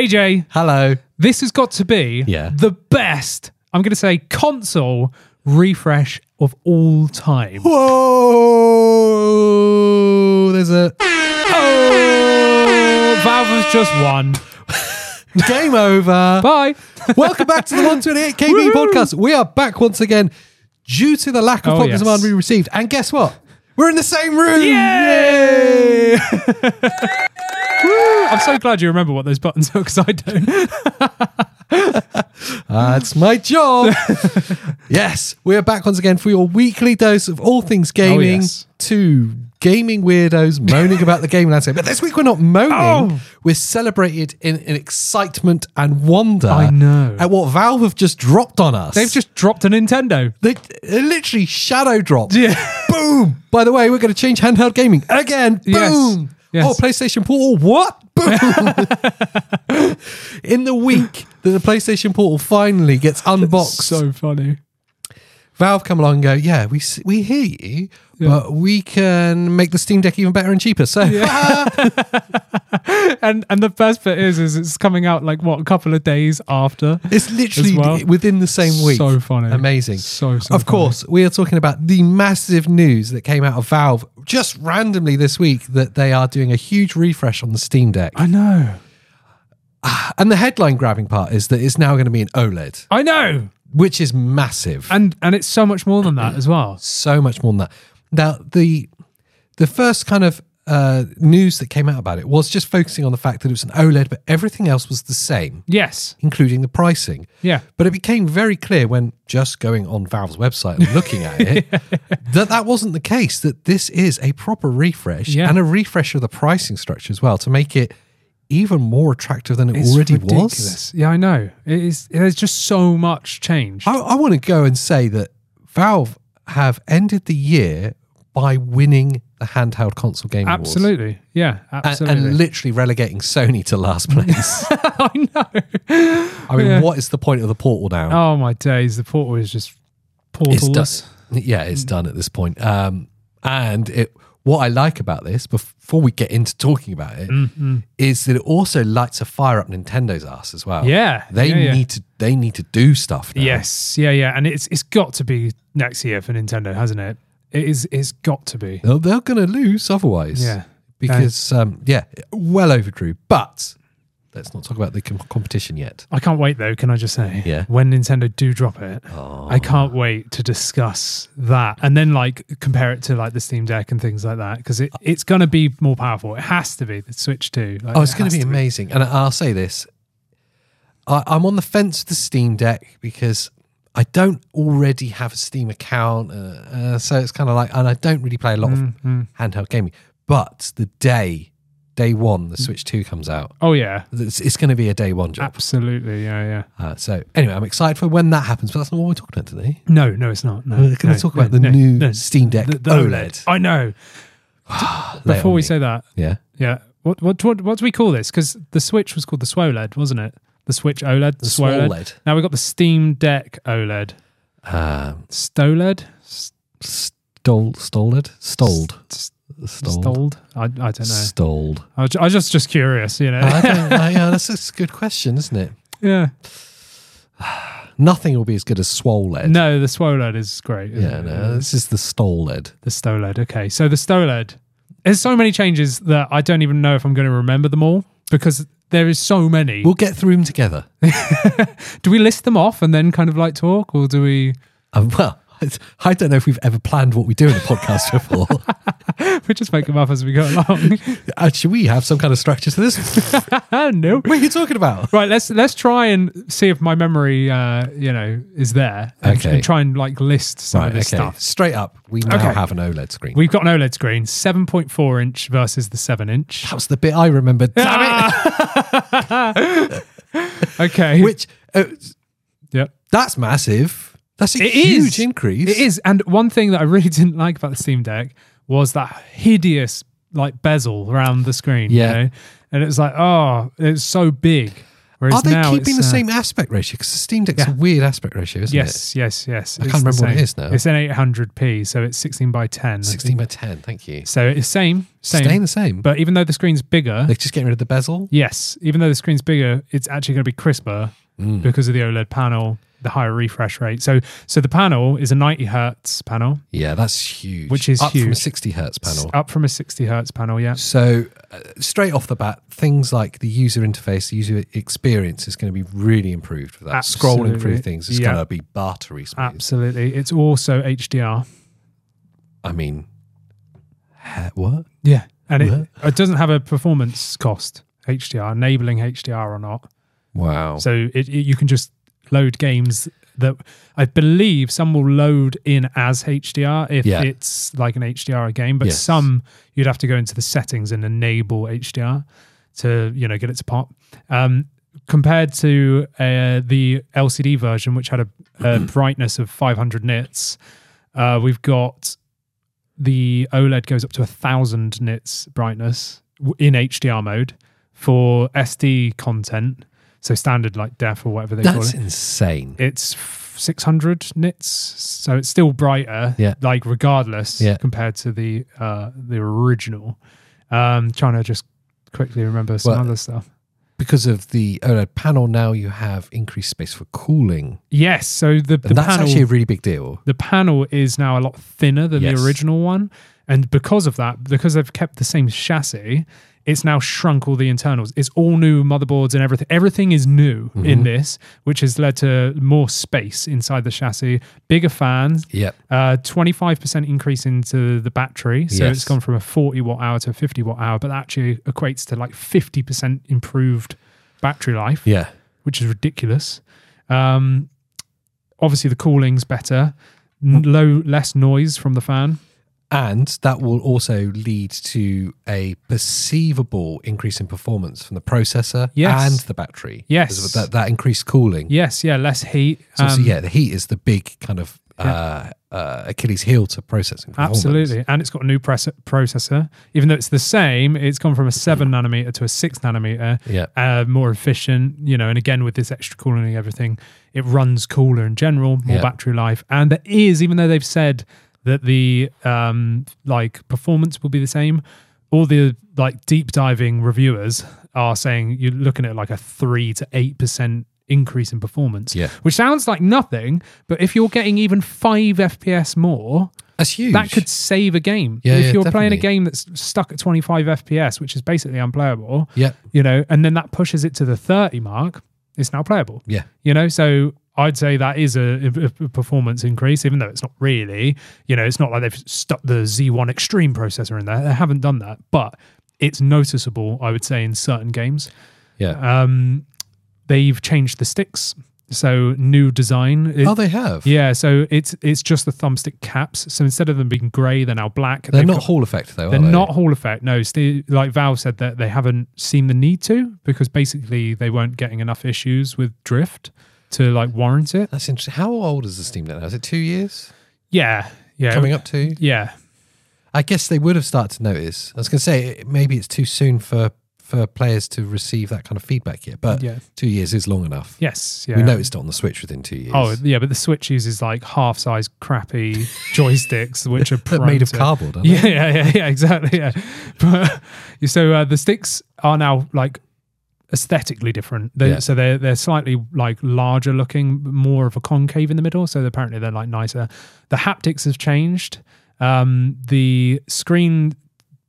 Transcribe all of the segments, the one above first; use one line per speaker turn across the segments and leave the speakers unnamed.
AJ,
Hello.
this has got to be
Yeah.
the best, I'm going to say, console refresh of all time.
Whoa! There's a
Oh, Valve has just won.
game over.
Bye.
Welcome back to the 128 KB podcast. We are back once again due to the lack of
Oh,
popular
yes.
demand we received. And guess what? We're in the same room.
Yay! Woo. I'm so glad you remember what those buttons are because I don't.
That's my job. yes, we are back once again for your weekly dose of all things gaming
Oh, yes.
to gaming weirdos moaning about the gaming landscape. But this week we're not moaning.
Oh.
We're celebrated in, in excitement and wonder. I
know.
At what Valve have just dropped on us.
They've just dropped a Nintendo.
They, they literally shadow dropped.
Yeah.
Boom. By the way, we're going to change handheld gaming again.
Yes.
Boom.
Yes.
Oh, PlayStation Portal. What? Boom. In the week that the PlayStation Portal finally gets unboxed,
So funny.
Valve come along and go, yeah, we s- we hear you, but we can make the Steam Deck even better and cheaper. So
And and the best bit is is it's coming out like what a couple of days after.
it's literally
As well.
within the same week.
So funny.
Amazing.
So, so funny.
of course, we are talking about the massive news that came out of Valve just randomly this week that they are doing a huge refresh on the Steam Deck.
I know.
And the headline grabbing part is that it's now going to be an OLED,
I know.
which is massive.
And and it's so much more than that as well.
so much more than that. Now the the first kind of uh, news that came out about it was just focusing on the fact that it was an OLED, but everything else was the same,
Yes.
including the pricing.
Yeah.
But it became very clear when just going on Valve's website and looking at it that that wasn't the case. That this is a proper refresh
Yeah.
and a refresh of the pricing structure as well to make it even more attractive than it
It's
already was.
ridiculous. Yeah, I know. It is. There's just so much change.
I, I want to go and say that Valve have ended the year by winning the handheld console game awards.
absolutely. Yeah.
And,
Absolutely.
and literally relegating Sony to last place.
I know.
I mean, what is the point of the portal now?
Oh my days! The portal is just
it's done.
portalless.
Yeah,
Mm.
it's done at this point. Um, and it, what I like about this, before we get into talking about it, is
Mm-hmm.
that it also lights a fire up Nintendo's ass as well.
Yeah,
they
yeah, yeah.
need to they need to do stuff. Now.
Yes. Yeah. Yeah. And it's it's got to be next year for Nintendo, hasn't it? It is. It's got to be.
they're, they're going to lose otherwise.
Yeah.
Because, um, yeah, well overdrew. But let's not talk about the com- competition yet.
I can't wait though. Can I just say?
Yeah. Oh.
When Nintendo do drop it, I can't wait to discuss that and then like compare it to like the Steam Deck and things like that because it, it's gonna be more powerful. It has to be the Switch too. Like,
Oh, it's
it
going
has
to be
to
amazing. And I- I'll say this I, I'm on the fence with the Steam Deck because I don't already have a Steam account. Uh, uh, so it's kind of like, and I don't really play a lot
Mm,
of handheld gaming. But the day, day one, the Switch 2 comes out,
Oh yeah.
it's, it's going to be a day one
Ah.
job.
Absolutely. Yeah. Yeah.
Uh, so anyway, I'm excited for when that happens, but that's not what we're talking about today.
No. No. It's not. No.
We're going
no,
to Uh, talk about
no,
the
no,
new
no.
Steam Deck
The- the
OLED.
I know.
Lay
Before we
on Ah, me.
say that,
yeah,
Yeah. What what what, what do we call this? Because the Switch was called the SWOLED, wasn't it? The Switch OLED, the, SWOLED.
SWOLED.
Now we got the Steam Deck E OLED,
um,
STOLED, S-
stole, stoled, stoled,
s-
stoled,
stoled. I, I don't know.
stoled.
I was, ju- I was just just curious, you know.
I don't- I- yeah, that's, that's a good question, isn't it?
yeah.
Nothing will be as good as swoled.
No, the SWOLED is great. isn't
Yeah,
it? Um,
no, this is the stoled.
The STOLED. Okay, so the STOLED. There's so many changes that I don't even know if I'm going to remember them all because there is so many.
We'll get through them together.
do we list them off and then kind of like talk, or do we?
Um, well, it's- I don't know if we've ever planned what we do in a podcast before.
We just make them up as we go along.
Uh, should we have some kind of structure to this?
no.
what are you talking about?
Right, let's let's try and see if my memory, uh, you know, is there. And,
Okay.
and try and like list some of
Right, okay.
this stuff.
Straight up, we now
Okay.
have an OLED screen.
We've got an OLED screen, seven point four inch versus the seven inch.
that was the bit I remembered. Damn it!
Okay,
Which uh,
yep,
that's massive. That's a
It is.
huge increase.
it is. And one thing that I really didn't like about the Steam Deck was that hideous like bezel around the screen. you
Yeah.
know? and it was like, oh, it's so big. Whereas
Are they
now
keeping the
it's, uh,
same aspect ratio? Because the Steam Deck's
Yeah.
a weird aspect ratio, isn't it?
Yes, yes, yes.
I
It's
can't
the
remember what it
same.
is now.
It's an 800p, so it's 16 by 10. I
16
think.
by 10. Thank you.
So it's same, same.
Staying the same.
But even though the screen's bigger,
They're just getting rid of the bezel.
yes, even though the screen's bigger, it's actually going to be crisper
Mm.
because of the OLED panel, the higher refresh rate. So, so the panel is a 90 hertz panel,
Yeah, that's huge.
Which is
up from a
huge.
60 hertz
It's
panel.
up from a 60 hertz panel. Yeah,
So uh, straight off the bat, things like the user interface, the user experience is going to be really improved with that.
Absolutely.
Scrolling through things is
Yeah.
going to be battery smooth.
absolutely. It's also HDR.
I mean, he- what?
Yeah, and it,
What?
it doesn't have a performance cost. HDR, enabling HDR or not.
Wow.
So it, it, you can just load games that I believe some will load in as HDR if
Yeah.
it's like an HDR game, but
Yes.
some you'd have to go into the settings and enable HDR to you know get it to pop. Um, compared to uh, the LCD version, which had a, a brightness of 500 nits, uh, we've got the OLED goes up to a thousand nits brightness w- in HDR mode for SD content, so standard like def or whatever they call
That's
it.
insane.
It's f- 600 nits, so it's still brighter.
Yeah.
like regardless,
Yeah.
compared to the uh, the original. Um, trying to just quickly remember some
Well,
other stuff.
Because of the OLED panel, now you have increased space for cooling.
Yes, so the, the
And that's
panel
actually a really big deal.
the panel is now a lot thinner than
Yes.
the original one. And because of that, because they've kept the same chassis, it's now shrunk all the internals. It's all new motherboards and everything. Everything is new
Mm-hmm.
in this, which has led to more space inside the chassis, bigger fans,
Yep.
uh, 25% increase into the battery. So
Yes.
it's gone from a 40 watt hour to a 50 watt hour, but that actually equates to like 50% improved battery life
Yeah.
which is ridiculous. Um, obviously, the cooling's better, N-
Hmm.
low, less noise from the fan.
And that will also lead to a perceivable increase in performance from the processor
Yes.
and the battery.
Yes.
Because of That, that increased cooling.
Yes, yeah, less heat.
So, so
Um,
yeah, the heat is the big kind of uh, uh, Achilles heel to processing. performance.
Absolutely, and it's got a new press- processor. Even though it's the same, it's gone from a seven nanometer to a six nanometer.
Yeah.
uh, more efficient. You know, and again with this extra cooling and everything, it runs cooler in general, more
Yeah.
battery life, and there is even though they've said that the um like performance will be the same, all the like deep diving reviewers are saying you're looking at like a three to eight percent increase in performance
Yeah.
which sounds like nothing but if you're getting even 5 fps more
That's huge.
that could save a game.
Yeah,
if
yeah,
you're playing a
definitely.
game that's stuck at 25 FPS, which is basically unplayable,
Yeah.
you know, and then that pushes it to the 30 mark, it's now playable.
Yeah.
You know, so I'd say that is a, a- a performance increase, even though it's not really, you know, it's not like they've stuck the Z1 Extreme processor in there. They haven't done that, but it's noticeable, I would say, in certain games.
Yeah.
Um, they've changed the sticks. So new design. It-
oh, they have.
yeah, so it's it's just the thumbstick caps. So instead of them being grey, they're now black.
They're
They've
not
got-
Hall effect though. are
they're
they?
not Hall effect. No, Steve, like Val said that they haven't seen the need to because basically they weren't getting enough issues with drift to like warrant it.
That's interesting. How old is the Steam Deck now? Is it two years
Yeah, yeah,
coming up to?
yeah.
I guess they would have started to notice. I was going to say it- maybe it's too soon for for players to receive that kind of feedback yet, but
Yeah.
two years is long enough.
Yes, yeah.
We noticed it on the Switch within two years.
Oh, yeah, but the Switch uses like half-size crappy joysticks, which are
But made of
prone to-
cardboard. aren't they?
Yeah, yeah, yeah, yeah, exactly. Yeah. But, so uh, the sticks are now like aesthetically different. They,
Yeah.
So they're they're slightly like larger looking, more of a concave in the middle. So apparently they're like nicer. The haptics have changed. Um, the screen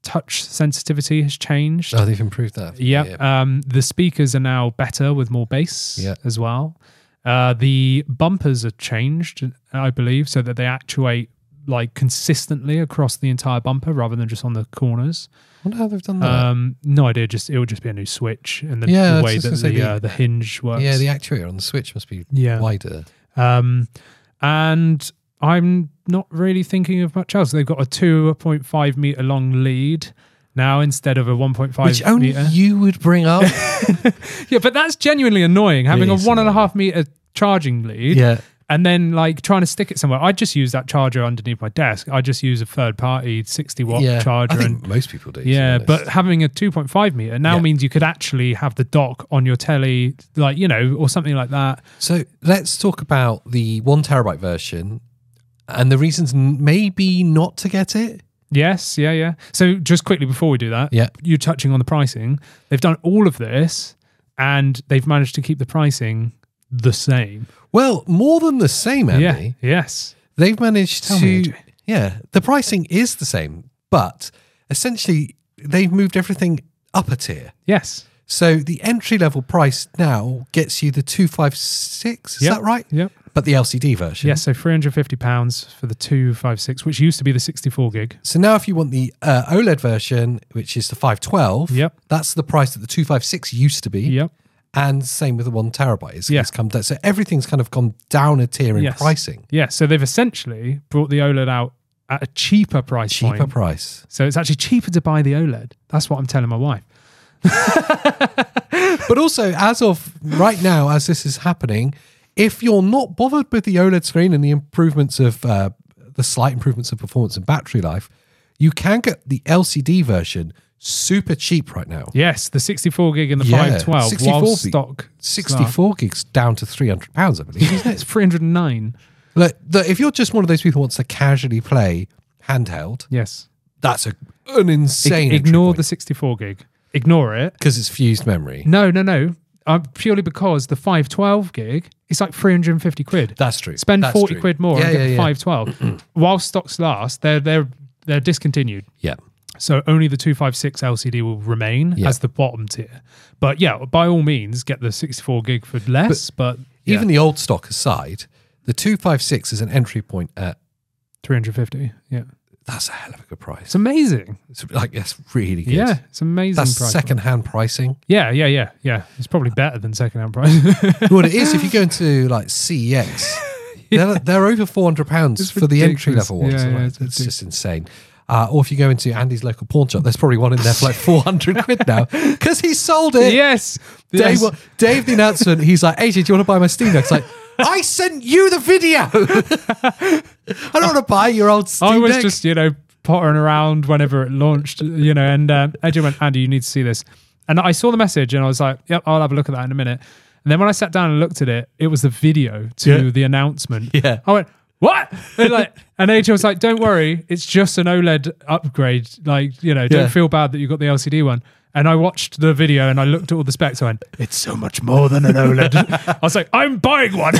touch sensitivity has changed.
Oh, they've improved that.
Yeah. Um, the speakers are now better with more bass
Yeah.
as well. Uh, the bumpers are changed, I believe, so that they actuate like consistently across the entire bumper rather than just on the corners.
I wonder how they've done that.
Um, no idea. Just it would just be a new switch and the,
Yeah, I
the
was
way
just
that
gonna
the,
say the-
uh, the hinge works.
yeah, the actuator on the Switch must be
Yeah.
wider.
Um, and I'm not really thinking of much else. They've got a 2.5 meter long lead now instead of a 1.5
Which only
meter.
you would bring up.
Yeah, but that's genuinely annoying. Having
It
a
is
one and a half meter charging lead
yeah.
and then like trying to stick it somewhere. I just use that charger underneath my desk. I just use a third party 60 watt
yeah,
charger.
I think
and
most people do. to be
yeah,
honest.
but having a 2.5 meter now
Yeah.
means you could actually have the dock on your telly, like, you know, or something like that.
so let's talk about the one terabyte version and the reasons n- maybe not to get it.
Yes, yeah, yeah. So just quickly before we do that,
Yeah.
you're touching on the pricing. They've done all of this and they've managed to keep the pricing the same.
Well, more than the same, Andy.
Yeah. Yes.
They've managed
Tell
to.
me, AJ.
yeah, the pricing is the same, but essentially they've moved everything up a tier.
Yes.
So the entry level price now gets you the 256, is
Yep.
that right?
Yep.
But the LCD version.
Yes. So 350 pounds for the 256, which used to be the 64 gig.
So now if you want the uh, OLED version, which is the 512,
Yep.
that's the price that the 256 used to be.
Yep.
And same with the one terabyte. It's,
Yeah.
it's come down. So everything's kind of gone down a tier in
Yes.
pricing.
Yeah. So they've essentially brought the OLED out at a cheaper price
Cheaper
point.
price.
so it's actually cheaper to buy the OLED. That's what I'm telling my wife.
But also, as of right now, as this is happening, if you're not bothered with the OLED screen and the improvements of uh, the slight improvements of performance and battery life, you can get the LCD version super cheap right now.
Yes. The 64 gig and the
Yeah,
512 while
64 be-
stock.
64 gigs down to 300 pounds, I believe. isn't it?
It's 309.
Look, the, if you're just one of those people who wants to casually play handheld,
Yes.
that's a, an insane.
Ignore the 64 gig. Ignore it.
because it's fused memory.
No, no, no. Uh, purely because the 512 gig, it's like 350 quid.
That's true.
Spend
That's
40
true.
quid more
Yeah,
and
yeah,
get the
yeah.
512. While stocks last, they're they're they're discontinued.
Yeah.
So only the 256 LCD will remain
Yeah.
as the bottom tier. But yeah, by all means get the 64 gig for less, but, yeah,
Even the old stock aside, the 256 is an entry point at
350. Yeah.
that's a hell of a good price.
It's amazing.
It's like that's really good.
Yeah, it's amazing
That's
price.
second hand pricing.
yeah, yeah, yeah, yeah. It's probably better than second hand price.
what it is if you go into like CEX, they're, they're over four hundred pounds
It's
for the entry
ridiculous.
level ones.
Yeah,
I'm
yeah,
like,
it's
it's just insane. Uh, or if you go into Andy's local pawn shop, there's probably one in there for like four hundred quid now because he sold it.
yes.
Day,
yes.
one, day of the announcement, he's like, AJ, do you want to buy my Steam Deck? It's like, I sent you the video. I don't want to buy your old Steam
I was
Deck.
just, you know, pottering around whenever it launched, you know, and um, Edwin went, Andy, you need to see this. And I saw the message and I was like, yep, I'll have a look at that in a minute. And then when I sat down and looked at it, it was the video to
Yeah.
the announcement.
Yeah.
I went, what? And, like, and AJ was like, don't worry, it's just an OLED upgrade. Like, you know, don't
Yeah.
feel bad that you got the LCD one. And I watched the video and I looked at all the specs. I went, it's so much more than an OLED. I was like, I'm buying one.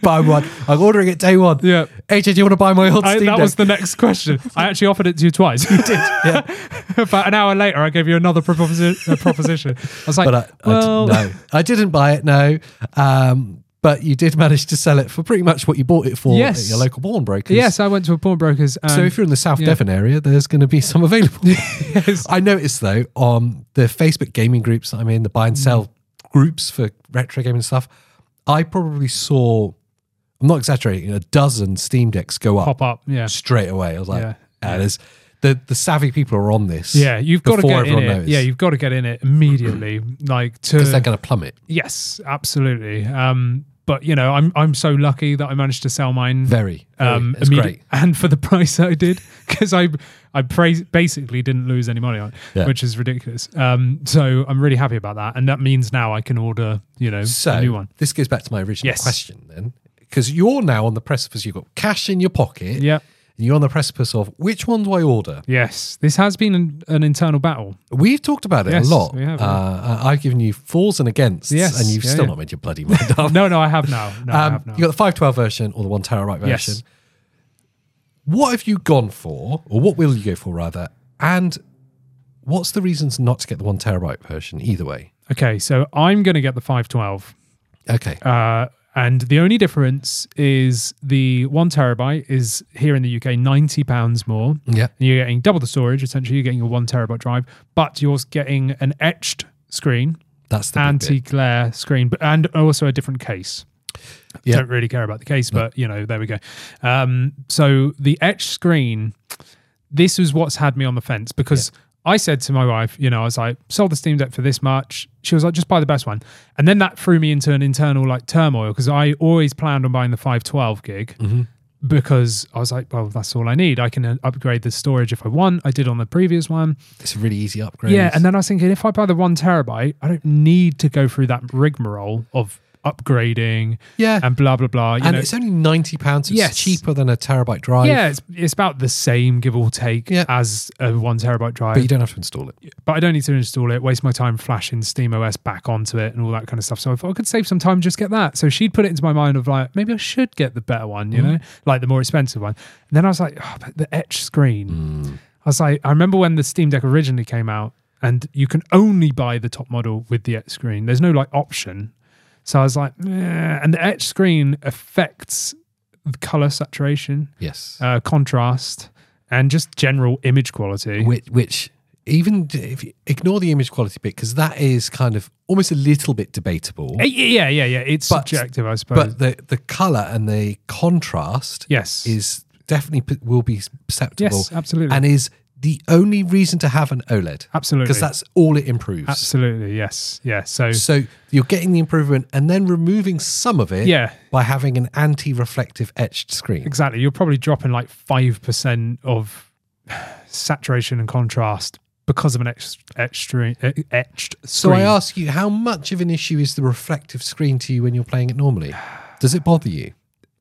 buy one. I'm ordering it day one.
Yeah.
AJ, do you want to buy my old
I,
Steam
that
Deck?
was the next question. I actually offered it to you twice.
yeah.
About an hour later, I gave you another proposi- uh, proposition. I was like,
But I,
well,
I, did, no, I didn't buy it, no. Um, but you did manage to sell it for pretty much what you bought it for
Yes.
at your local pawnbrokers.
yes, I went to a pawnbroker's. And,
So if you're in the South
yeah.
Devon area, there's going to be some available.
yes,
I noticed though on the Facebook gaming groups that I'm in, the buy
Mm.
and sell groups for retro gaming stuff, I probably saw, I'm not exaggerating, a dozen Steam decks go up
pop up, yeah,
straight away. I was like,
Yeah.
yeah, there's the the savvy people are on this.
yeah. You've got to
Before
get in
everyone
it.
knows.
Yeah, you've got to get in it immediately. like to
because they're going to plummet
yes, absolutely. Um, but you know, I'm I'm so lucky that I managed to sell mine.
very. very.
um,
it's
immediate-
great.
and for the price that I did because I I pra- basically didn't lose any money on, it,
Yeah.
which is ridiculous. Um, so I'm really happy about that, and that means now I can order you know
So
a new one.
this goes back to my original
Yes.
question then, because you're now on the precipice. You've got cash in your pocket.
Yeah.
And you're on the precipice of which one do I order?
Yes, this has been an, an internal battle.
We've talked about it
Yes,
a lot.
we have, yeah.
uh, I- I've given you fors and againsts,
Yes,
and you've
yeah,
still
yeah.
not made your bloody mind up.
No, no, I have now. No, I
um,
have now.
you got the five twelve version or the one terabyte
Yes.
version. What have you gone for, or what will you go for rather? And what's the reasons not to get the one terabyte version either way?
Okay, so I'm going to get the 512.
Okay,
Uh, and the only difference is the one terabyte is here in the UK £90 more.
yeah,
And you're getting double the storage, essentially. You're getting a one terabyte drive, but you're getting an etched screen,
that's the anti.
anti glare screen, but, and also a different case.
Yeah.
Don't really care about the case, but you know, there we go. Um, so the etched screen, this is what's had me on the fence because I said to my wife, you know, I was like, sold the Steam Deck for this much. She was like, just buy the best one. And then that threw me into an internal like turmoil because I always planned on buying the 512 gig
Mm-hmm.
because I was like, well, that's all I need. I can uh, upgrade the storage if I want. I did on the previous one.
It's a really easy upgrade.
Yeah, and then I was thinking, if I buy the one terabyte, I don't need to go through that rigmarole of upgrading
yeah, and,
and blah blah blah. You know,
it's only ninety pounds. It's
Yes.
cheaper than a terabyte drive.
yeah, it's, it's about the same give or take
Yeah.
as a one terabyte drive,
but you don't have to install it.
but I don't need to install it, waste my time flashing SteamOS back onto it and all that kind of stuff. So I thought I could save some time, just get that. So she'd put it into my mind of like, maybe I should get the better one, you know, like the more expensive one. And then I was like, oh, but the etch screen. I was like, I remember when the Steam Deck originally came out and you can only buy the top model with the etch screen. There's no like option. So I was like, eh. and the etch screen affects color saturation,
Yes,
uh, contrast, and just general image quality.
Um, which, which even d- if you ignore the image quality bit because that is kind of almost a little bit debatable.
Uh, Yeah, yeah, yeah, yeah. It's
But-
subjective, I suppose.
But the the color and the contrast
yes,
is definitely p- will be perceptible.
yes, absolutely,
and is the only reason to have an OLED
absolutely,
because that's all it improves.
absolutely yes, yeah. So
So you're getting the improvement and then removing some of it
yeah,
by having an anti-reflective etched screen.
exactly. You're probably dropping like five percent of saturation and contrast because of an etched etched, screen- e- etched screen.
So I ask you, how much of an issue is the reflective screen to you when you're playing it normally? Does it bother you?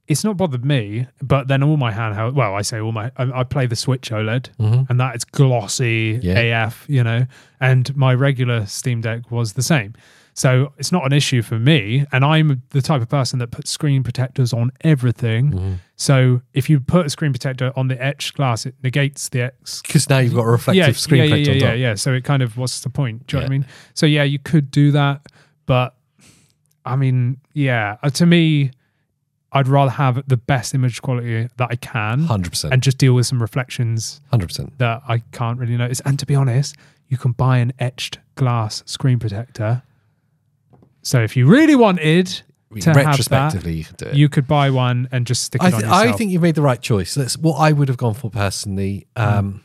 it's not bothered me, but then all my handheld. Well, I say all my. I, I play the Switch OLED, and that is glossy
Yeah.
AF, you know. And my regular Steam Deck was the same, so it's not an issue for me. And I'm the type of person that puts screen protectors on everything. So if you put a screen protector on the etched glass, it negates the etched
Because now you've got a reflective screen
yeah,
protector
yeah,
on
yeah,
top.
yeah. So it kind of what's the point? Do you know what I
Yeah.
mean? So yeah, you could do that, but I mean, yeah. uh, To me, I'd rather have the best image quality that I can,
Hundred percent,
and just deal with some reflections
hundred percent.
that I can't really notice. And to be honest, you can buy an etched glass screen protector. So if you really wanted to have
Retrospectively, you can do
that,
it.
you could buy one and just stick it
I,
on
th-
yourself.
I think you've made the right choice. That's what I would have gone for personally.
Mm.
Um,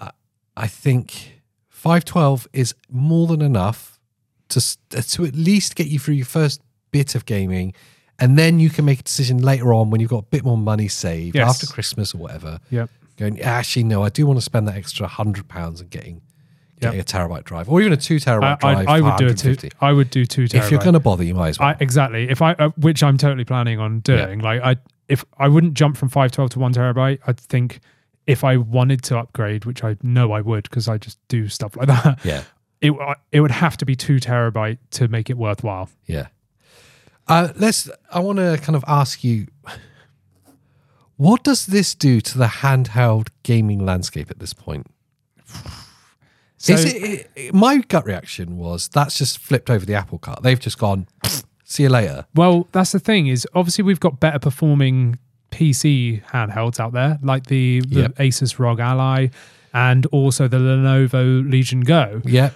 I, I think 512 is more than enough to, s- to at least get you through your first bit of gaming. And then you can make a decision later on when you've got a bit more money saved
Yes.
after Christmas or whatever.
Yep.
Going, actually, no, I do want to spend that extra £100 and getting,
Yep.
getting a terabyte drive or even a two
I,
terabyte
I,
drive.
I
for
would do a two.
150.
I would do two.
If you're
terabyte.
going to bother, you might as well.
I, exactly. If I, uh, which I'm totally planning on doing, like I, if I wouldn't jump from five twelve to one terabyte, I think if I wanted to upgrade, which I know I would because I just do stuff like that,
yeah.
it w- it would have to be two terabyte to make it worthwhile.
Yeah. Uh, let's. I want to kind of ask you, what does this do to the handheld gaming landscape at this point?
So
Is it, it- it- My gut reaction was that's just flipped over the apple cart. They've just gone. See you later.
well, that's the thing is obviously we've got better performing PC handhelds out there, like the, the
Yep.
Asus ROG Ally, and also the Lenovo Legion Go.
Yeah.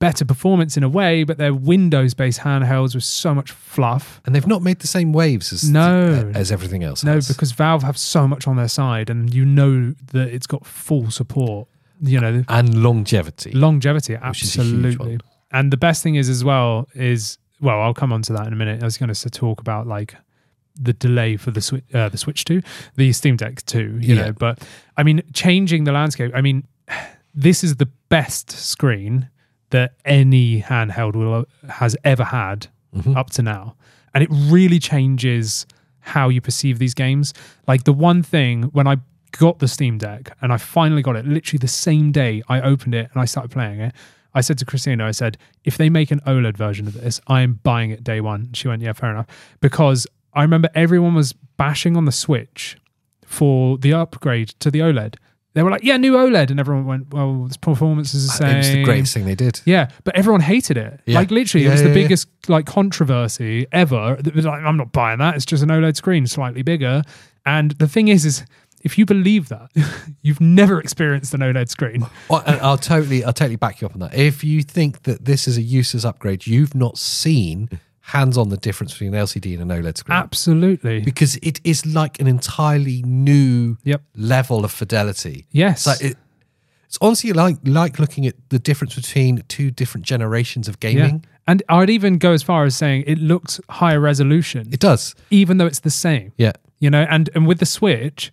Better performance in a way, but they're Windows-based handhelds with so much fluff.
And they've not made the same waves as
No.
as everything else.
No,
has.
because Valve have so much on their side, and you know that it's got full support. You know,
and longevity.
longevity,
is a huge
absolutely. And the best thing is as well is well, I'll come on to that in a minute. I was going to talk about like the delay for the switch, uh, the Switch Two, the Steam Deck Two. You
Yeah.
know, but I mean, changing the landscape. I mean, this is the best screen that any handheld will has ever had up to now, and it really changes how you perceive these games. Like the one thing when I got the Steam Deck and I finally got it, literally the same day I opened it and I started playing it. I said to Christina, I said, if they make an OLED version of this, I am buying it day one. She went, yeah, fair enough. Because I remember everyone was bashing on the Switch for the upgrade to the OLED. They were like, yeah, new OLED. And everyone went, well, this performance is the same.
Uh, it was the greatest thing they did.
Yeah, but everyone hated it.
Yeah.
Like literally,
Yeah,
it was
yeah,
the
yeah.
biggest like controversy ever. It was like, I'm not buying that. It's just an OLED screen, slightly bigger. And the thing is, is if you believe that, you've never experienced an OLED screen.
Well, and I'll totally, I'll totally back you up on that. If you think that this is a user's upgrade, you've not seen hands-on the difference between an LCD and an OLED screen.
Absolutely.
because it is like an entirely new
Yep.
level of fidelity.
Yes.
It's like it, It's honestly like like looking at the difference between two different generations of
Yeah.
gaming.
And I'd even go as far as saying it looks higher resolution,
It does.
even though it's the same.
Yeah.
You know, and and with the Switch,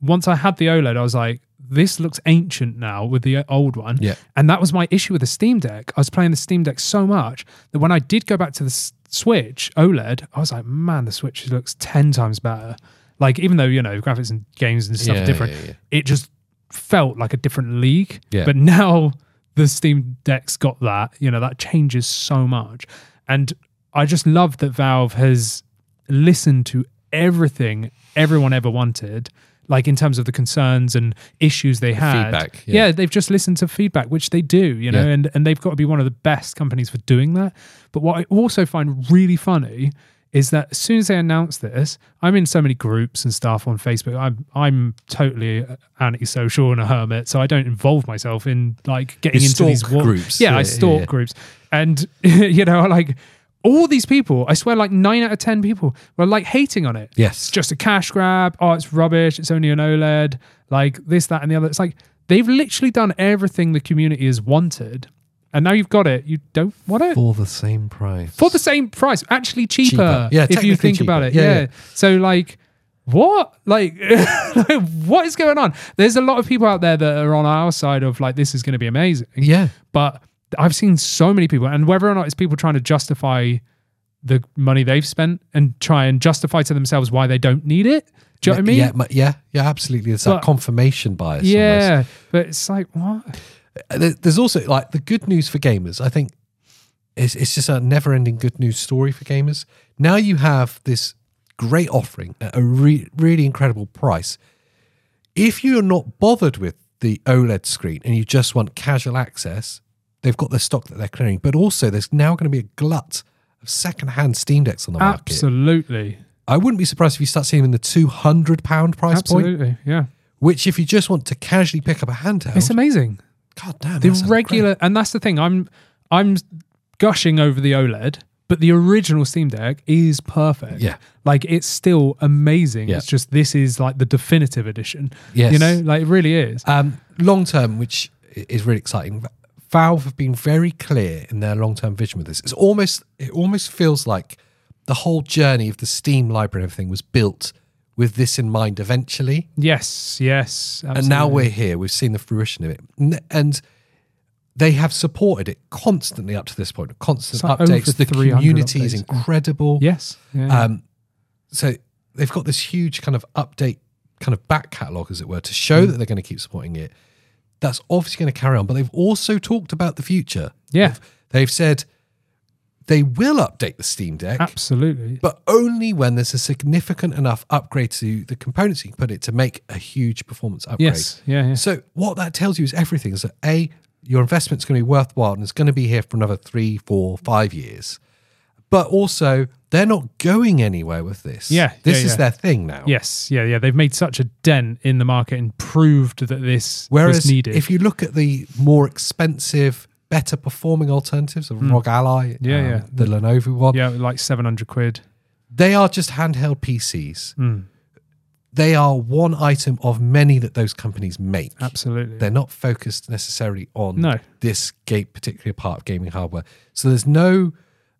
once I had the OLED, I was like, this looks ancient now with the old one.
Yeah.
And that was my issue with the Steam Deck. I was playing the Steam Deck so much that when I did go back to the S- Switch OLED, I was like, man, the Switch looks 10 times better. Like, even though, you know, graphics and games and stuff
Yeah,
are different,
yeah, yeah.
it just felt like a different league.
Yeah.
But now the Steam Deck's got that, you know, that changes so much. And I just love that Valve has listened to everything everyone ever wanted, like in terms of the concerns and issues they had.
feedback,
Yeah.
yeah.
they've just listened to feedback, which they do, you know,
Yeah.
and, and they've got to be one of the best companies for doing that. But what I also find really funny is that as soon as they announced this, I'm in so many groups and stuff on Facebook. I'm I'm totally antisocial and a hermit, so I don't involve myself in like getting
You
into these
stalk
war-
groups.
Yeah,
Yeah,
I
yeah,
stalk
yeah.
groups, and you know, like all these people, I swear, like nine out of ten people were like hating on it.
Yes.
It's just a cash grab. Oh, it's rubbish. It's only an OLED. Like this, that, and the other. It's like they've literally done everything the community has wanted, and now you've got it. You don't want it
for the same price.
for the same price, actually cheaper.
Cheaper. Yeah,
if you
technically
think
cheaper.
about it. Yeah.
Yeah, yeah.
So like, what? Like, like, what is going on? There's a lot of people out there that are on our side of like, this is going to be amazing.
yeah.
But I've seen so many people, and whether or not it's people trying to justify the money they've spent and try and justify to themselves why they don't need it. Do you know what I mean?
Yeah, mu- yeah, yeah, absolutely. It's
But-
that confirmation bias.
Yeah, but it's like what?
almost. There- There's also like the good news for gamers. I think it's, it's just a never ending good news story for gamers. Now you have this great offering at a re- really incredible price. If you're not bothered with the OLED screen and you just want casual access, they've got the stock that they're clearing. But also, there's now going to be a glut of secondhand Steam Decks on the market.
Absolutely,
I wouldn't be surprised if you start seeing them in the £200 price point.
absolutely, yeah.
which if you just want to casually pick up a handheld,
It's amazing.
god damn, that
the
sounds
regular and that's the thing i'm i'm gushing over the oled but the original steam deck is perfect
Yeah.
like it's still amazing
Yeah.
it's just this is like the definitive edition
Yes.
you know like it really is
great. Um, long term, which i- is really exciting. Valve have been very clear in their long term vision with this. It's almost it almost feels like the whole journey of the Steam library and everything was built with this in mind eventually.
yes yes
and now
absolutely.
we're here. We've seen the fruition of it, N- and they have supported it constantly up to this point. Constant
So over
updates. The
300
community is
updates.
incredible.
yes yeah.
Um, so they've got this huge kind of update, kind of back catalogue, as it were, to
Mm.
show that they're going to keep supporting it. That's obviously going to carry on, but they've also talked about the future.
Yeah.
They've, they've said they will update the Steam Deck,
absolutely
but only when there's a significant enough upgrade to the components you can put it to make a huge performance upgrade.
yes yeah, yeah
So what that tells you is everything is that A, your investment's going to be worthwhile and it's going to be here for another three, four, five years. But also, they're not going anywhere with this.
Yeah,
This
yeah,
is
yeah.
their thing now.
yes yeah yeah they've made such a dent in the market and proved that this was
Whereas
needed
if you look at the more expensive, better performing alternatives of ROG Ally,
Hmm. Yeah,
um,
yeah.
the Lenovo one,
yeah like 700 quid
they are just handheld PCs.
Hmm.
They are one item of many that those companies make.
absolutely
they're not focused necessarily on
No.
this gate particular part of gaming hardware. So there's no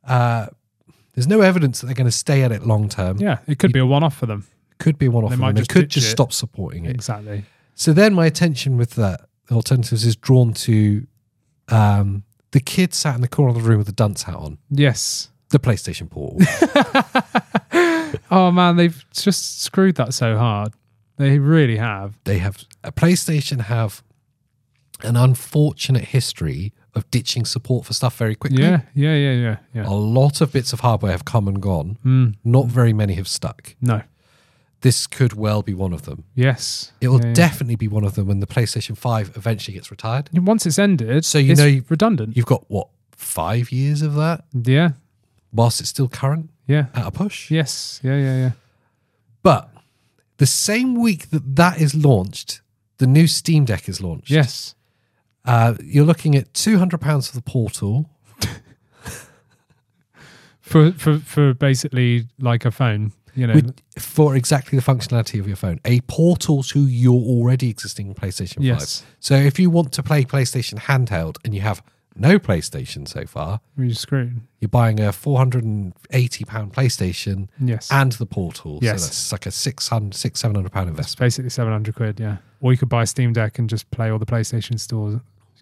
uh, there's no evidence that they're going to stay at it long term.
yeah it could be a one-off for them
Could be one off.
They
They,
might just
could
ditch
just
it.
stop supporting it.
exactly
So then my attention with that alternatives is drawn to um, the kid sat in the corner of the room with a dunce hat on,
yes
the PlayStation Portal.
Oh man, they've just screwed that so hard. They really have.
they have a PlayStation have an unfortunate history of ditching support for stuff very quickly.
Yeah, yeah, yeah, yeah, yeah.
A lot of bits of hardware have come and gone.
Hmm.
Not very many have stuck.
No.
This could well be one of them.
Yes.
It will
Yeah, yeah.
definitely be one of them when the PlayStation 5 eventually gets retired.
Once it's ended,
So you
it's
know you-
redundant.
You've got what, five years of that
yeah.
whilst it's still current
Yeah.
at a push?
Yes. Yeah. Yeah. Yeah.
But the same week that that is launched, the new Steam Deck is launched.
Yes.
Uh, you're looking at £200 for the Portal.
For for for basically like a phone. You know,
with, for exactly the functionality of your phone, a portal to your already existing PlayStation 5.
Yes.
So if you want to play PlayStation handheld and you have no PlayStation so far,
you're screwed.
you're buying a 480 pound PlayStation
Yes.
and the portal.
Yes.
So that's like a 600 six, 700 pound
It's
investment.
basically 700 quid, yeah. Or you could buy a Steam Deck and just play all the PlayStation Store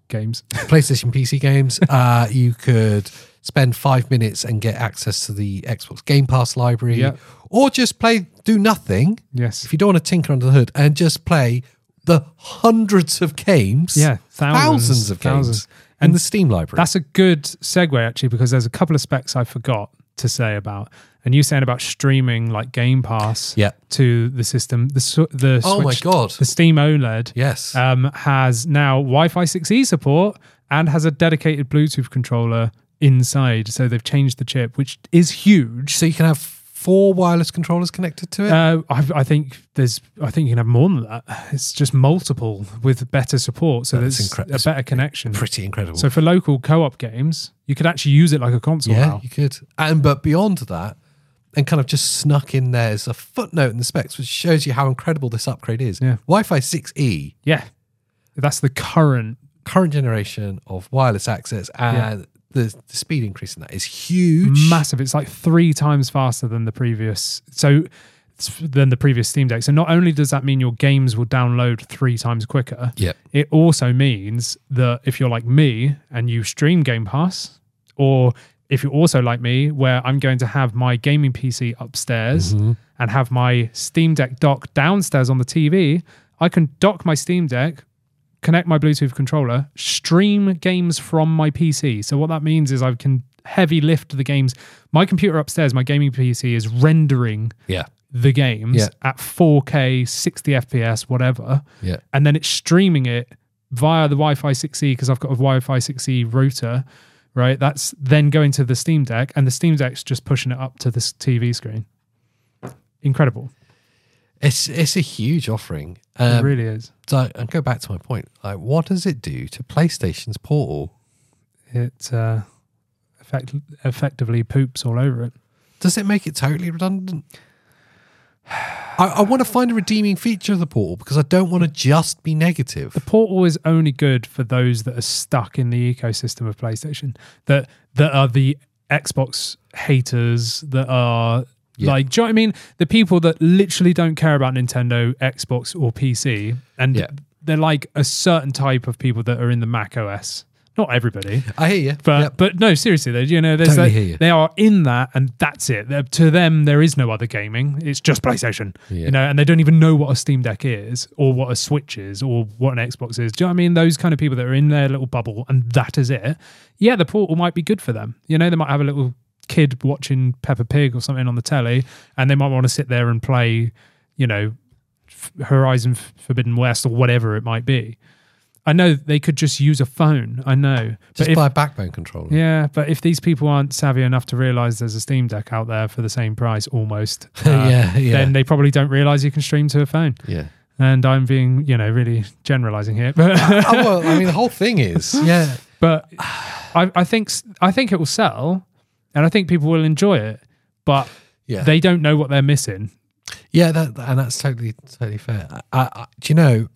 games.
PlayStation PC games, uh, you could spend 5 minutes and get access to the Xbox Game Pass library
Yeah.
or just play do nothing
Yes.
if you don't want to tinker under the hood and just play the hundreds of games,
Yeah. Thousands,
thousands of
thousands.
games in the Steam library.
That's a good segue, actually, because there's a couple of specs I forgot to say about. And you saying about streaming like Game Pass
Yeah.
to the system. The, sw- the
oh
Switch-
my god!
The Steam OLED
Yes,
um, has now Wi-Fi 6E support and has a dedicated Bluetooth controller inside. So they've changed the chip, which is huge.
so you can have four wireless controllers connected to it.
Uh, I, I think there's. I think you can have more than that. It's just multiple with better support, so
That's
there's
incre-
a better connection.
Pretty incredible.
So for local co-op games, you could actually use it like a console
yeah,
now.
you could. And but beyond that, and kind of just snuck in there is a footnote in the specs, which shows you how incredible this upgrade is.
Yeah.
Wi-Fi 6E,
Yeah, that's the current.
current generation of wireless access, and the, the speed increase in that is huge.
massive. It's like three times faster than the previous. So than the previous Steam Deck. So not only does that mean your games will download three times quicker,
yeah,
it also means that if you're like me and you stream Game Pass, or if you're also like me, where I'm going to have my gaming PC upstairs and have my Steam Deck dock downstairs on the TV, I can dock my Steam Deck, connect my Bluetooth controller, stream games from my PC. So, what that means is I can heavy lift the games. My computer upstairs, my gaming PC, is rendering
yeah,
the games
Yeah.
at 4K, 60 FPS, whatever
yeah.
and then it's streaming it via the Wi-Fi 6E because I've got a Wi-Fi 6E router, right? That's then going to the Steam Deck, and the Steam Deck's just pushing it up to this TV screen. Incredible,
It's it's a huge offering.
it
Um,
really is.
so and go back to my point. Like, what does it do to PlayStation's portal?
It uh, effect- effectively poops all over it.
Does it make it totally redundant? I, I want to find a redeeming feature of the portal because I don't want to just be negative.
The portal is only good for those that are stuck in the ecosystem of PlayStation, that that are the Xbox haters, that are
Yeah.
like, do you know what I mean? The people that literally don't care about Nintendo, Xbox, or PC, and
Yeah.
they're like a certain type of people that are in the Mac OS. Not everybody.
I hear you,
But
Yep.
but no, seriously, they you know there's
Totally
that-
hear you.
they are in that and that's it. They're- to them, there is no other gaming. It's just PlayStation.
Yeah.
You know, and they don't even know what a Steam Deck is or what a Switch is or what an Xbox is. Do you know what I mean? Those kind of people that are in their little bubble and that is it. Yeah, the portal might be good for them. You know, they might have a little kid watching Peppa Pig or something on the telly, and they might want to sit there and play, you know, F- Horizon F- Forbidden West or whatever it might be. I know they could just use a phone. I know,
just
if-
buy a backbone controller.
yeah, but if these people aren't savvy enough to realize there's a Steam Deck out there for the same price almost, uh,
yeah, yeah,
then they probably don't realize you can stream to a phone.
yeah.
And I'm being, you know, really generalizing here, but
oh, well, I mean, the whole thing is, yeah,
but I, I think s- I think it will sell, and I think people will enjoy it, but
yeah,
they don't know what they're missing.
yeah. That, and that's totally, totally fair. I, I, do you know?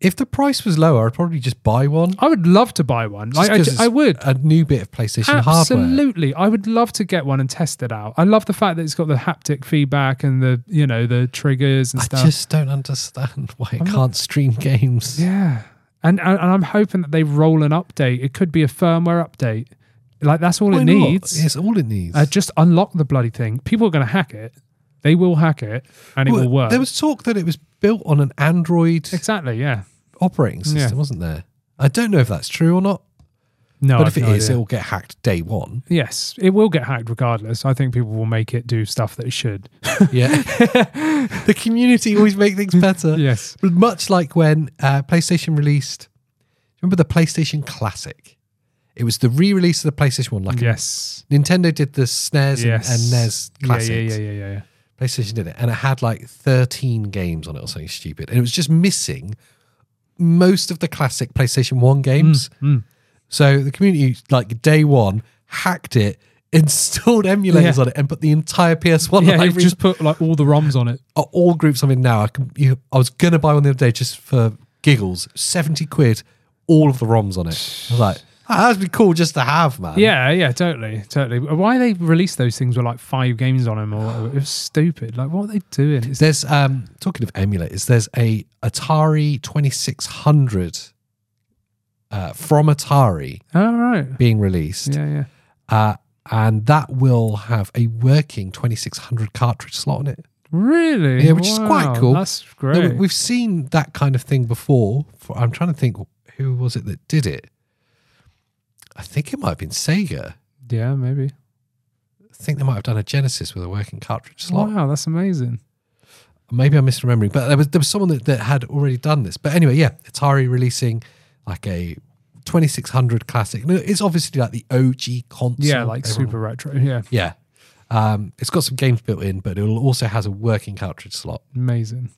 If the price was lower, I'd probably just buy one.
I would love to buy one. Like,
Just
I,
'cause
j-
it's
I would.
a new bit of PlayStation hardware.
Absolutely. I would love to get one and test it out. I love the fact that it's got the haptic feedback and the, you know, the triggers and
I
stuff.
just don't understand why it can't stream games.
Yeah. And, and and I'm hoping that they roll an update. It could be a firmware update. Like that's all
Why
it
not?
needs.
It's all it needs.
Uh, just unlock the bloody thing. People are going to hack it. They will hack it, and it
Well,
will work.
There was talk that it was built on an Android
exactly. Yeah.
operating system,
Yeah.
wasn't there? I don't know if that's true or not,
No.
but
I've
if it
Oh, no
is,
idea.
it'll get hacked day one.
yes, it will get hacked regardless. I think people will make it do stuff that it should.
Yeah, the community always make things better.
yes.
But much like when uh, PlayStation released, remember the PlayStation Classic? It was the re-release of the PlayStation One. Like
Yes.
Nintendo did the SNES
Yes.
and, and NES
Yeah,
classics.
yeah. Yeah. Yeah. Yeah. Yeah.
PlayStation did it, and it had like 13 games on it or something stupid, and it was just missing most of the classic PlayStation One games.
Mm.
So the community, like day one, hacked it installed emulators
Yeah.
on it and put the entire PS1
Yeah,
library.
you've just put like all the ROMs on it.
are all groups I'm in now. I can, you, I was gonna buy one the other day just for giggles, seventy quid, all of the ROMs on it. I was like, "Ah, that'd be cool just to have, man.
Yeah, yeah, totally, totally. Why they released those things with like five games on them or whatever, it was stupid. Like, what are they doing? It's-
There's um talking of emulators, there's a Atari twenty six hundred uh, from Atari
All right.
being released,
Yeah, yeah.
uh, and that will have a working twenty six hundred cartridge slot on it.
Really?
Yeah, which is quite
Wow,
cool.
That's great.
No, we- we've seen that kind of thing before. For, I'm trying to think who was it that did it. I think it might have been Sega.
yeah, maybe.
I think they might have done a Genesis with a working cartridge slot.
Wow, that's amazing.
Maybe I'm misremembering, but there was there was someone that, that had already done this. But anyway, yeah, Atari releasing like a 2600 classic. No, It's obviously like the OG console.
Yeah, like
Everyone-
super retro. Yeah,
Yeah. Um, it's got some games built in, but it also has a working cartridge slot.
amazing.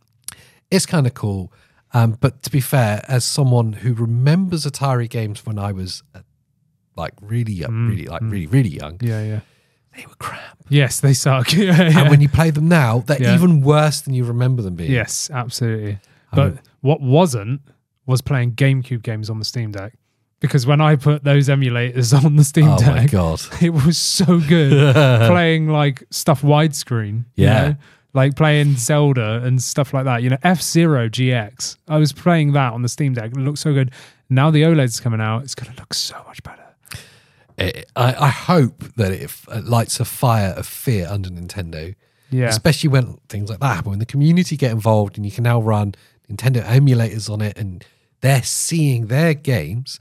it's kind of cool. Um, but to be fair, as someone who remembers Atari games when I was uh, like really young,
Mm,
really like really really young,
Yeah, yeah.
they were crap.
Yes, they suck. yeah, yeah.
And when you play them now, they're
Yeah.
even worse than you remember them being.
yes, absolutely. But what wasn't was playing GameCube games on the Steam Deck. Because when I put those emulators on the Steam
Oh my
Deck,
god.
it was so good playing like stuff widescreen. you
Yeah.
know? Like playing Zelda and stuff like that. You know, F Zero GX. I was playing that on the Steam Deck. It looked so good. Now the OLED's coming out. It's going to look so much better.
It- I, I hope that it f- it lights a fire of fear under Nintendo,
Yeah.
especially when things like that happen. When the community get involved and you can now run Nintendo emulators on it, and they're seeing their games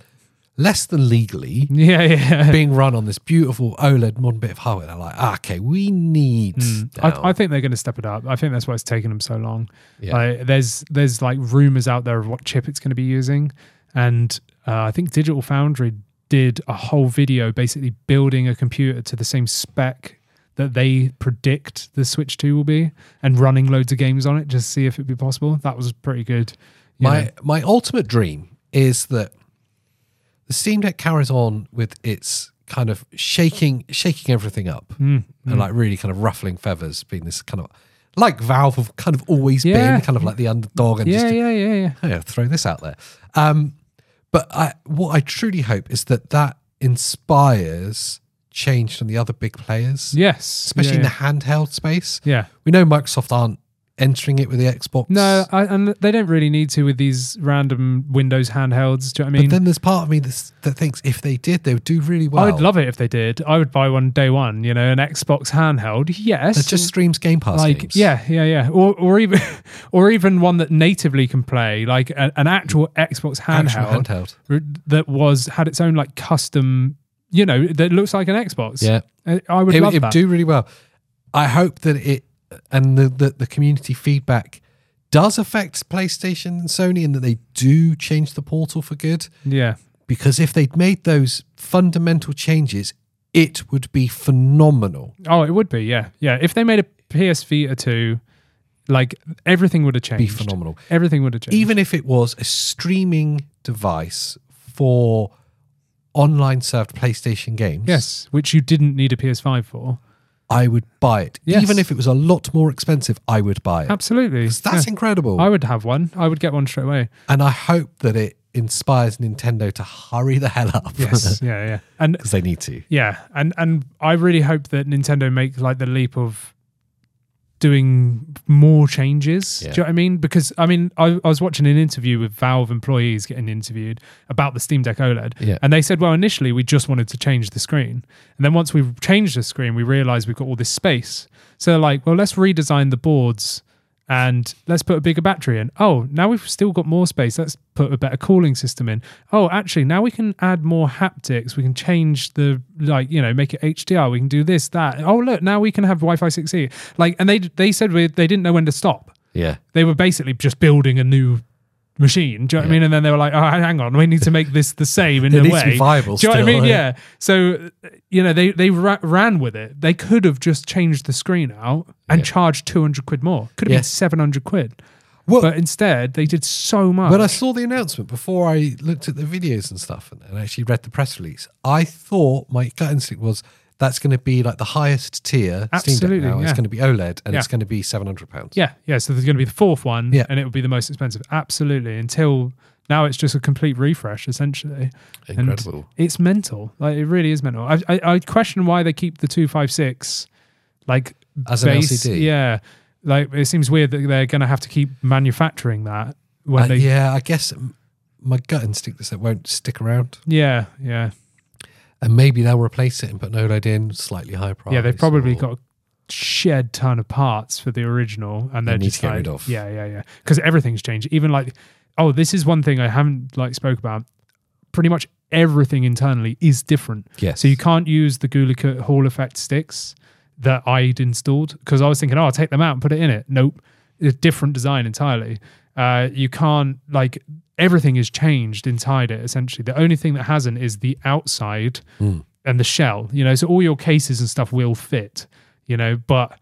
less than legally.
Yeah, yeah.
being run on this beautiful OLED modern bit of hardware. They're like, "Ah, okay, we need. now."
Hmm. I, I think they're going to step it up. I think that's why it's taken them so long.
Yeah.
Like, there's there's like rumors out there of what chip it's going to be using, and uh, I think Digital Foundry did a whole video basically building a computer to the same spec that they predict the Switch Two will be, and running loads of games on it just to see if it'd be possible. That was pretty good. you
my
know.
my ultimate dream is that the Steam Deck carries on with its kind of shaking shaking everything up
Hmm,
and like really kind of ruffling feathers, being this kind of like Valve have kind of always
Yeah.
been kind of like the underdog and
yeah,
just
yeah, yeah, yeah.
yeah, throw this out there. Um, but I, what I truly hope is that that inspires change from the other big players,
Yes,
especially
yeah,
in the
yeah.
handheld space.
yeah.
We know Microsoft aren't entering it with the Xbox.
No, I, and they don't really need to with these random Windows handhelds. Do you know what I mean?
but then there's part of me that's, that thinks if they did, they would do really well.
I would love it if they did. I would buy one day one, you know, an Xbox handheld. Yes.
That just streams Game Pass
like
games.
yeah, yeah, yeah. Or or even or even one that natively can play, like a, an actual Xbox
Actual
handheld,
handheld.
r- that was had its own like custom, you know, that looks like an Xbox.
Yeah.
I, I would
It
love
it would
that.
do really well. I hope that it and the, the the community feedback does affect PlayStation and Sony, and that they do change the portal for good.
yeah.
Because if they'd made those fundamental changes, it would be phenomenal.
Oh, it would be. Yeah, yeah. If they made a PS Vita two, like everything would have
Be
changed.
phenomenal.
Everything would have changed.
even if it was a streaming device for online served PlayStation games,
yes, which you didn't need a PS five for.
I would buy it.
Yes.
Even if it was a lot more expensive, I would buy it.
Absolutely.
That's
Yeah.
incredible.
I would have one. I would get one straight away.
and I hope that it inspires Nintendo to hurry the hell up.
Yes, yeah, yeah, and
Because they need to.
yeah, and and I really hope that Nintendo make like the leap of doing more changes.
Yeah.
Do you know what I mean? Because I mean, I, I was watching an interview with Valve employees getting interviewed about the Steam Deck E OLED,
Yeah.
and they said, well, initially we just wanted to change the screen, and then once we've changed the screen, we realized we've got all this space. So they're like, well, let's redesign the boards. And let's put a bigger battery in. Oh, now we've still got more space. Let's put a better cooling system in. Oh, actually, now we can add more haptics. We can change the like, you know, make it HDR. We can do this, that. Oh, look, now we can have Wi-Fi 6E. Like, and they they said we, they didn't know when to stop.
Yeah.
They were basically just building a new machine. Do you know what I mean? And then they were like, oh, hang on, we need to make this the same in
It
a
needs
way.
to be viable
Do you know what I
still,
mean?
eh?
Yeah. So, you know, they they ra- ran with it. They could have just changed the screen out and charged 200 quid more. Could have been
Yes.
700 quid.
Well-
but instead, they did so much.
When I saw the announcement before I looked at the videos and stuff and, and actually read the press release, I thought my gut instinct was that's going to be like the highest tier Steam
Absolutely,
Deck now. It's
yeah.
going to be OLED and it's
Yeah.
going to be seven hundred pounds.
Yeah, yeah. So there's going to be the fourth one,
Yeah.
and it will be the most expensive. Absolutely. Until now, it's just a complete refresh, essentially. And
Incredible.
it's mental. Like it really is mental. I, I, I question why they keep the two five six, like
As an
base-
LCD?
Yeah, like it seems weird that they're going to have to keep manufacturing that when
Uh,
they. Yeah.
yeah, I guess m- my gut instinct is it won't stick around,
Yeah, yeah,
and maybe they'll replace it and put an OLED in slightly higher price.
They've probably
or-
got a shed ton of parts for the original, and
They
they're
need
just
to get
like,
rid of.
yeah, yeah, yeah, because everything's changed. Even like, oh, this is one thing I haven't like spoke about. Pretty much everything internally is different.
yes.
So you can't use the Gulika Hall Effect sticks that I'd installed because I was thinking, oh, I'll take them out and put it in it. Nope, it's a different design entirely. Uh, you can't like everything is changed inside it. Essentially, the only thing that hasn't is the outside
Mm.
and the shell. You know, so all your cases and stuff will fit. You know, but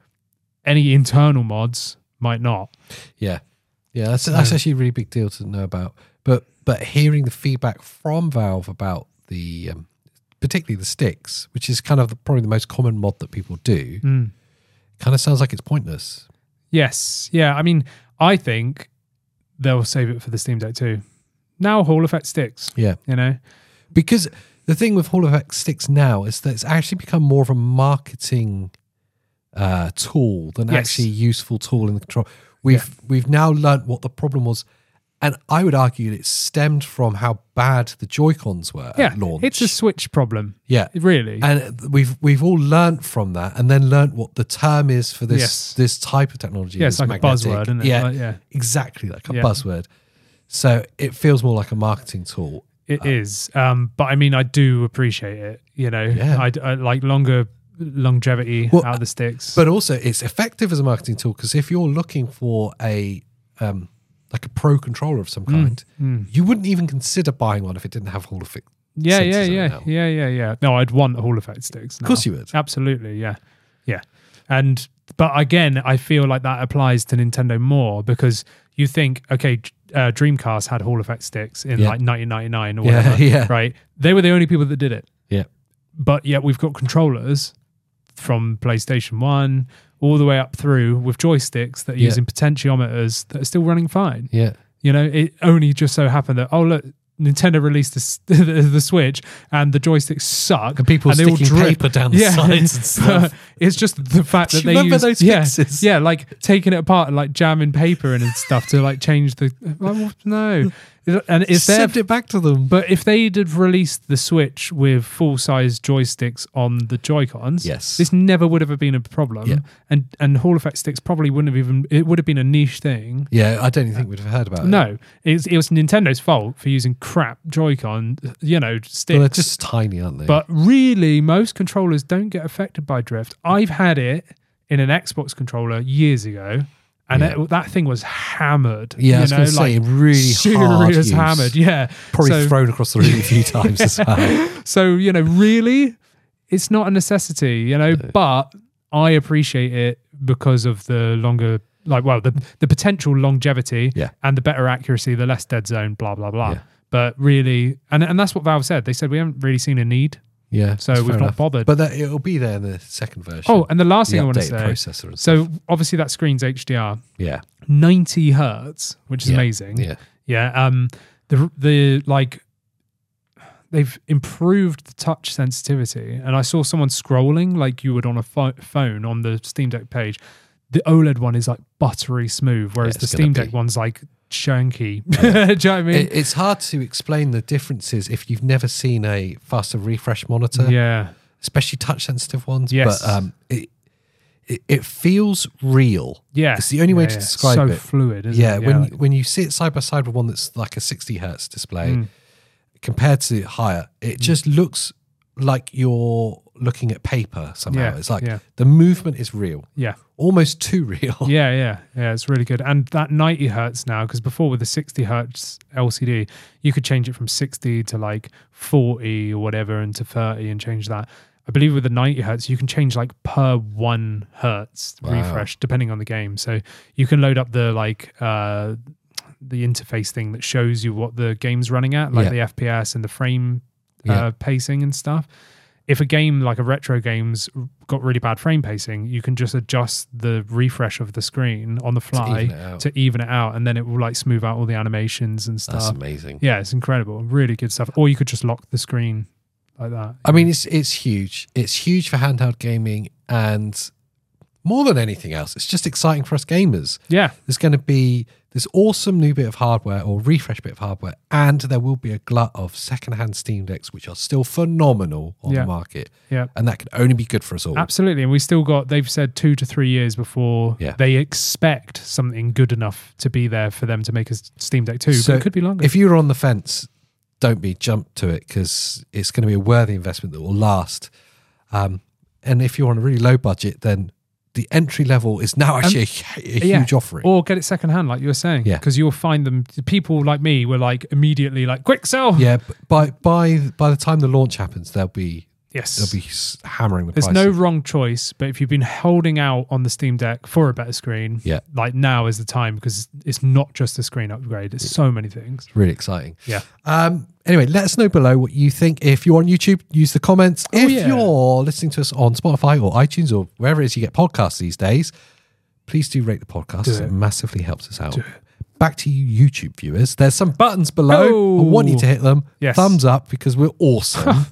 any internal mods might not.
Yeah, yeah, that's, that's actually a really big deal to know about. But but hearing the feedback from Valve about the um, particularly the sticks, which is kind of the, probably the most common mod that people do,
Mm.
kind of sounds like it's pointless.
Yes. Yeah. I mean, I think they'll save it for the Steam Deck too. Now Hall Effect sticks.
Yeah,
You know.
because the thing with Hall of X sticks now is that it's actually become more of a marketing uh, tool than
Yes.
actually a useful tool in the control. We've we've now learnt what the problem was. And I would argue it stemmed from how bad the Joy Cons were
yeah,
at launch. Uh,
It's a Switch problem,
yeah,
really.
and we've we've all learnt from that, and then learnt what the term is for this
Yes.
this type of technology.
yeah, it's
this
like
magnetic-
a buzzword, isn't it?
Yeah,
Like, yeah,
exactly, like a
Yeah.
buzzword. So it feels more like a marketing tool.
it is. Um, but I mean, I do appreciate it. You know,
Yeah.
I, I like longer longevity
Well,
out of the sticks.
but also it's effective as a marketing tool because if you're looking for a um, like a pro controller of some kind, you wouldn't even consider buying one if it didn't have Hall of Fit.
yeah, yeah,
sensors in it
yeah,
now.
yeah, yeah, yeah. No, I'd want Hall Effect sticks.
Of course you would.
Absolutely, yeah, yeah. And but again, I feel like that applies to Nintendo more because you think, okay, uh, Dreamcast had Hall Effect sticks in
Yeah.
like 1999 or
Yeah,
whatever,
yeah.
right? They were the only people that did it.
Yeah.
but yet we've got controllers from PlayStation 1 all the way up through with joysticks that are
Yeah.
using potentiometers that are still running fine.
Yeah,
You know, it only just so happened that, oh, look, Nintendo released this, the, the Switch and the joysticks suck.
and people
and they all
sticking
drip.
paper down the sides and stuff.
it's just the fact
Do
that
you
they
remember
use,
those
yeah,
fixes?
yeah, like taking it apart and like jamming paper in and stuff to like change the. Well, no, and it's their
Send it back to them.
but if they'd have released the Switch with full size joysticks on the Joy Cons,
Yes.
this never would have been a problem.
Yeah.
And and Hall Effect sticks probably wouldn't have even it would have been a niche thing.
yeah, I don't even think we'd have heard about it.
No, it's, it was Nintendo's fault for using crap Joy-Con, you know, sticks.
Well, they're just tiny, aren't they?
But really, most controllers don't get affected by drift. I've had it in an Xbox controller years ago, and
Yeah.
it, that thing was hammered.
yeah, I
you
was
know,
going to say
like
really hard
serious
use.
hammered. Yeah,
Probably
So-
thrown across the room a few times as well.
So, you know, really, it's not a necessity, you know, but I appreciate it because of the longer, like, well, the, the potential longevity
Yeah.
and the better accuracy, the less dead zone, blah, blah, blah.
Yeah.
But really, and, and that's what Valve said. They said, we haven't really seen a need.
Yeah,
So
that's
we've
fair
not bothered.
But that, it'll be there in the second version.
Oh, and the last
the
thing I want to
updated
say.
processor. And stuff.
So, obviously, that screen's HDR,
yeah,
90 hertz, which is
Yeah.
amazing.
yeah,
Yeah. Um. The the like they've improved the touch sensitivity, and I saw someone scrolling like you would on a pho- phone on the Steam Deck page. The OLED one is like buttery smooth, whereas
Yeah,
the
it's gonna
Steam Deck
be.
one's like chunky. Do you know what I mean?
It, it's hard to explain the differences if you've never seen a faster refresh monitor,
yeah.
especially touch sensitive ones.
Yes.
But um, it, it it feels real.
Yeah.
It's the only way
Yeah,
to
yeah.
describe
so
it.
fluid, isn't
Yeah,
it?
when
like-
you, when you see it side by side with one that's like a sixty hertz display
Mm.
compared to higher, it just looks like you're looking at paper somehow.
Yeah,
It's like
yeah.
the movement is real,
yeah.
almost too real.
Yeah, yeah, yeah. It's really good. And that 90 hertz now, because before with the 60 hertz LCD, you could change it from 60 to like 40 or whatever and to 30 and change that. I believe with the 90 hertz, you can change like per one hertz
Wow.
refresh depending on the game. So you can load up the like, uh, the interface thing that shows you what the game's running at, like
Yeah.
the FPS and the frame
Yeah.
uh, pacing and stuff. if a game like a retro game's got really bad frame pacing, you can just adjust the refresh of the screen on the fly
even it out.
to even it out, and then it will like smooth out all the animations and
That's
stuff.
amazing.
Yeah, it's incredible. Really good stuff. Or you could just lock the screen like that.
I mean, it's it's huge. It's huge for handheld gaming, and more than anything else, it's just exciting for us gamers.
Yeah.
There's going to be this awesome new bit of hardware or refresh bit of hardware, and there will be a glut of secondhand Steam decks, which are still phenomenal on
Yeah.
the market,
Yeah.
and that can only be good for us all.
Absolutely. And we still got, they've said two to three years before
Yeah.
they expect something good enough to be there for them to make a s- Steam Deck 2,
So
but it could be longer.
If you're on the fence, don't be jump to it because it's going to be a worthy investment that will last. Um, and if you're on a really low budget, then the entry level is now actually a, hu- a
Um, Yeah.
huge offering.
or get it secondhand, like you were saying.
Yeah.
Because you'll find them, people like me were like immediately like, quick sell.
yeah, b- by by by the time the launch happens, they'll be
Yes.
they'll be s- hammering the
There's
price.
no wrong choice, but if you've been holding out on the Steam Deck for a better screen,
Yeah.
like now is the time because it's not just a screen upgrade, it's so many things.
really exciting.
Yeah.
Um, anyway, let us know below what you think. If you're on YouTube, use the comments. if
Oh, yeah.
you're listening to us on Spotify or iTunes or wherever it is you get podcasts these days, please do rate the podcast.
Do
it.
it.
massively helps us out. Back to you, YouTube viewers. There's some buttons below.
Oh.
I want you to hit them.
Yes.
Thumbs up because we're awesome.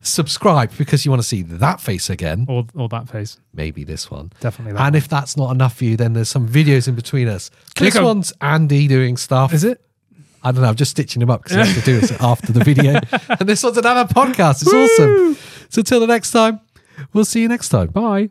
Subscribe because you want to see that face again.
All, all that phase.
Maybe this one.
Definitely that.
And if that's not enough for you, then there's some videos in between us.
Click
this
on-
one's Andy doing stuff.
Is it?
I don't know. I'm just stitching them up because I have to do this after the video. And this one's another podcast. It's awesome. So till the next time, we'll see you next time.
Bye.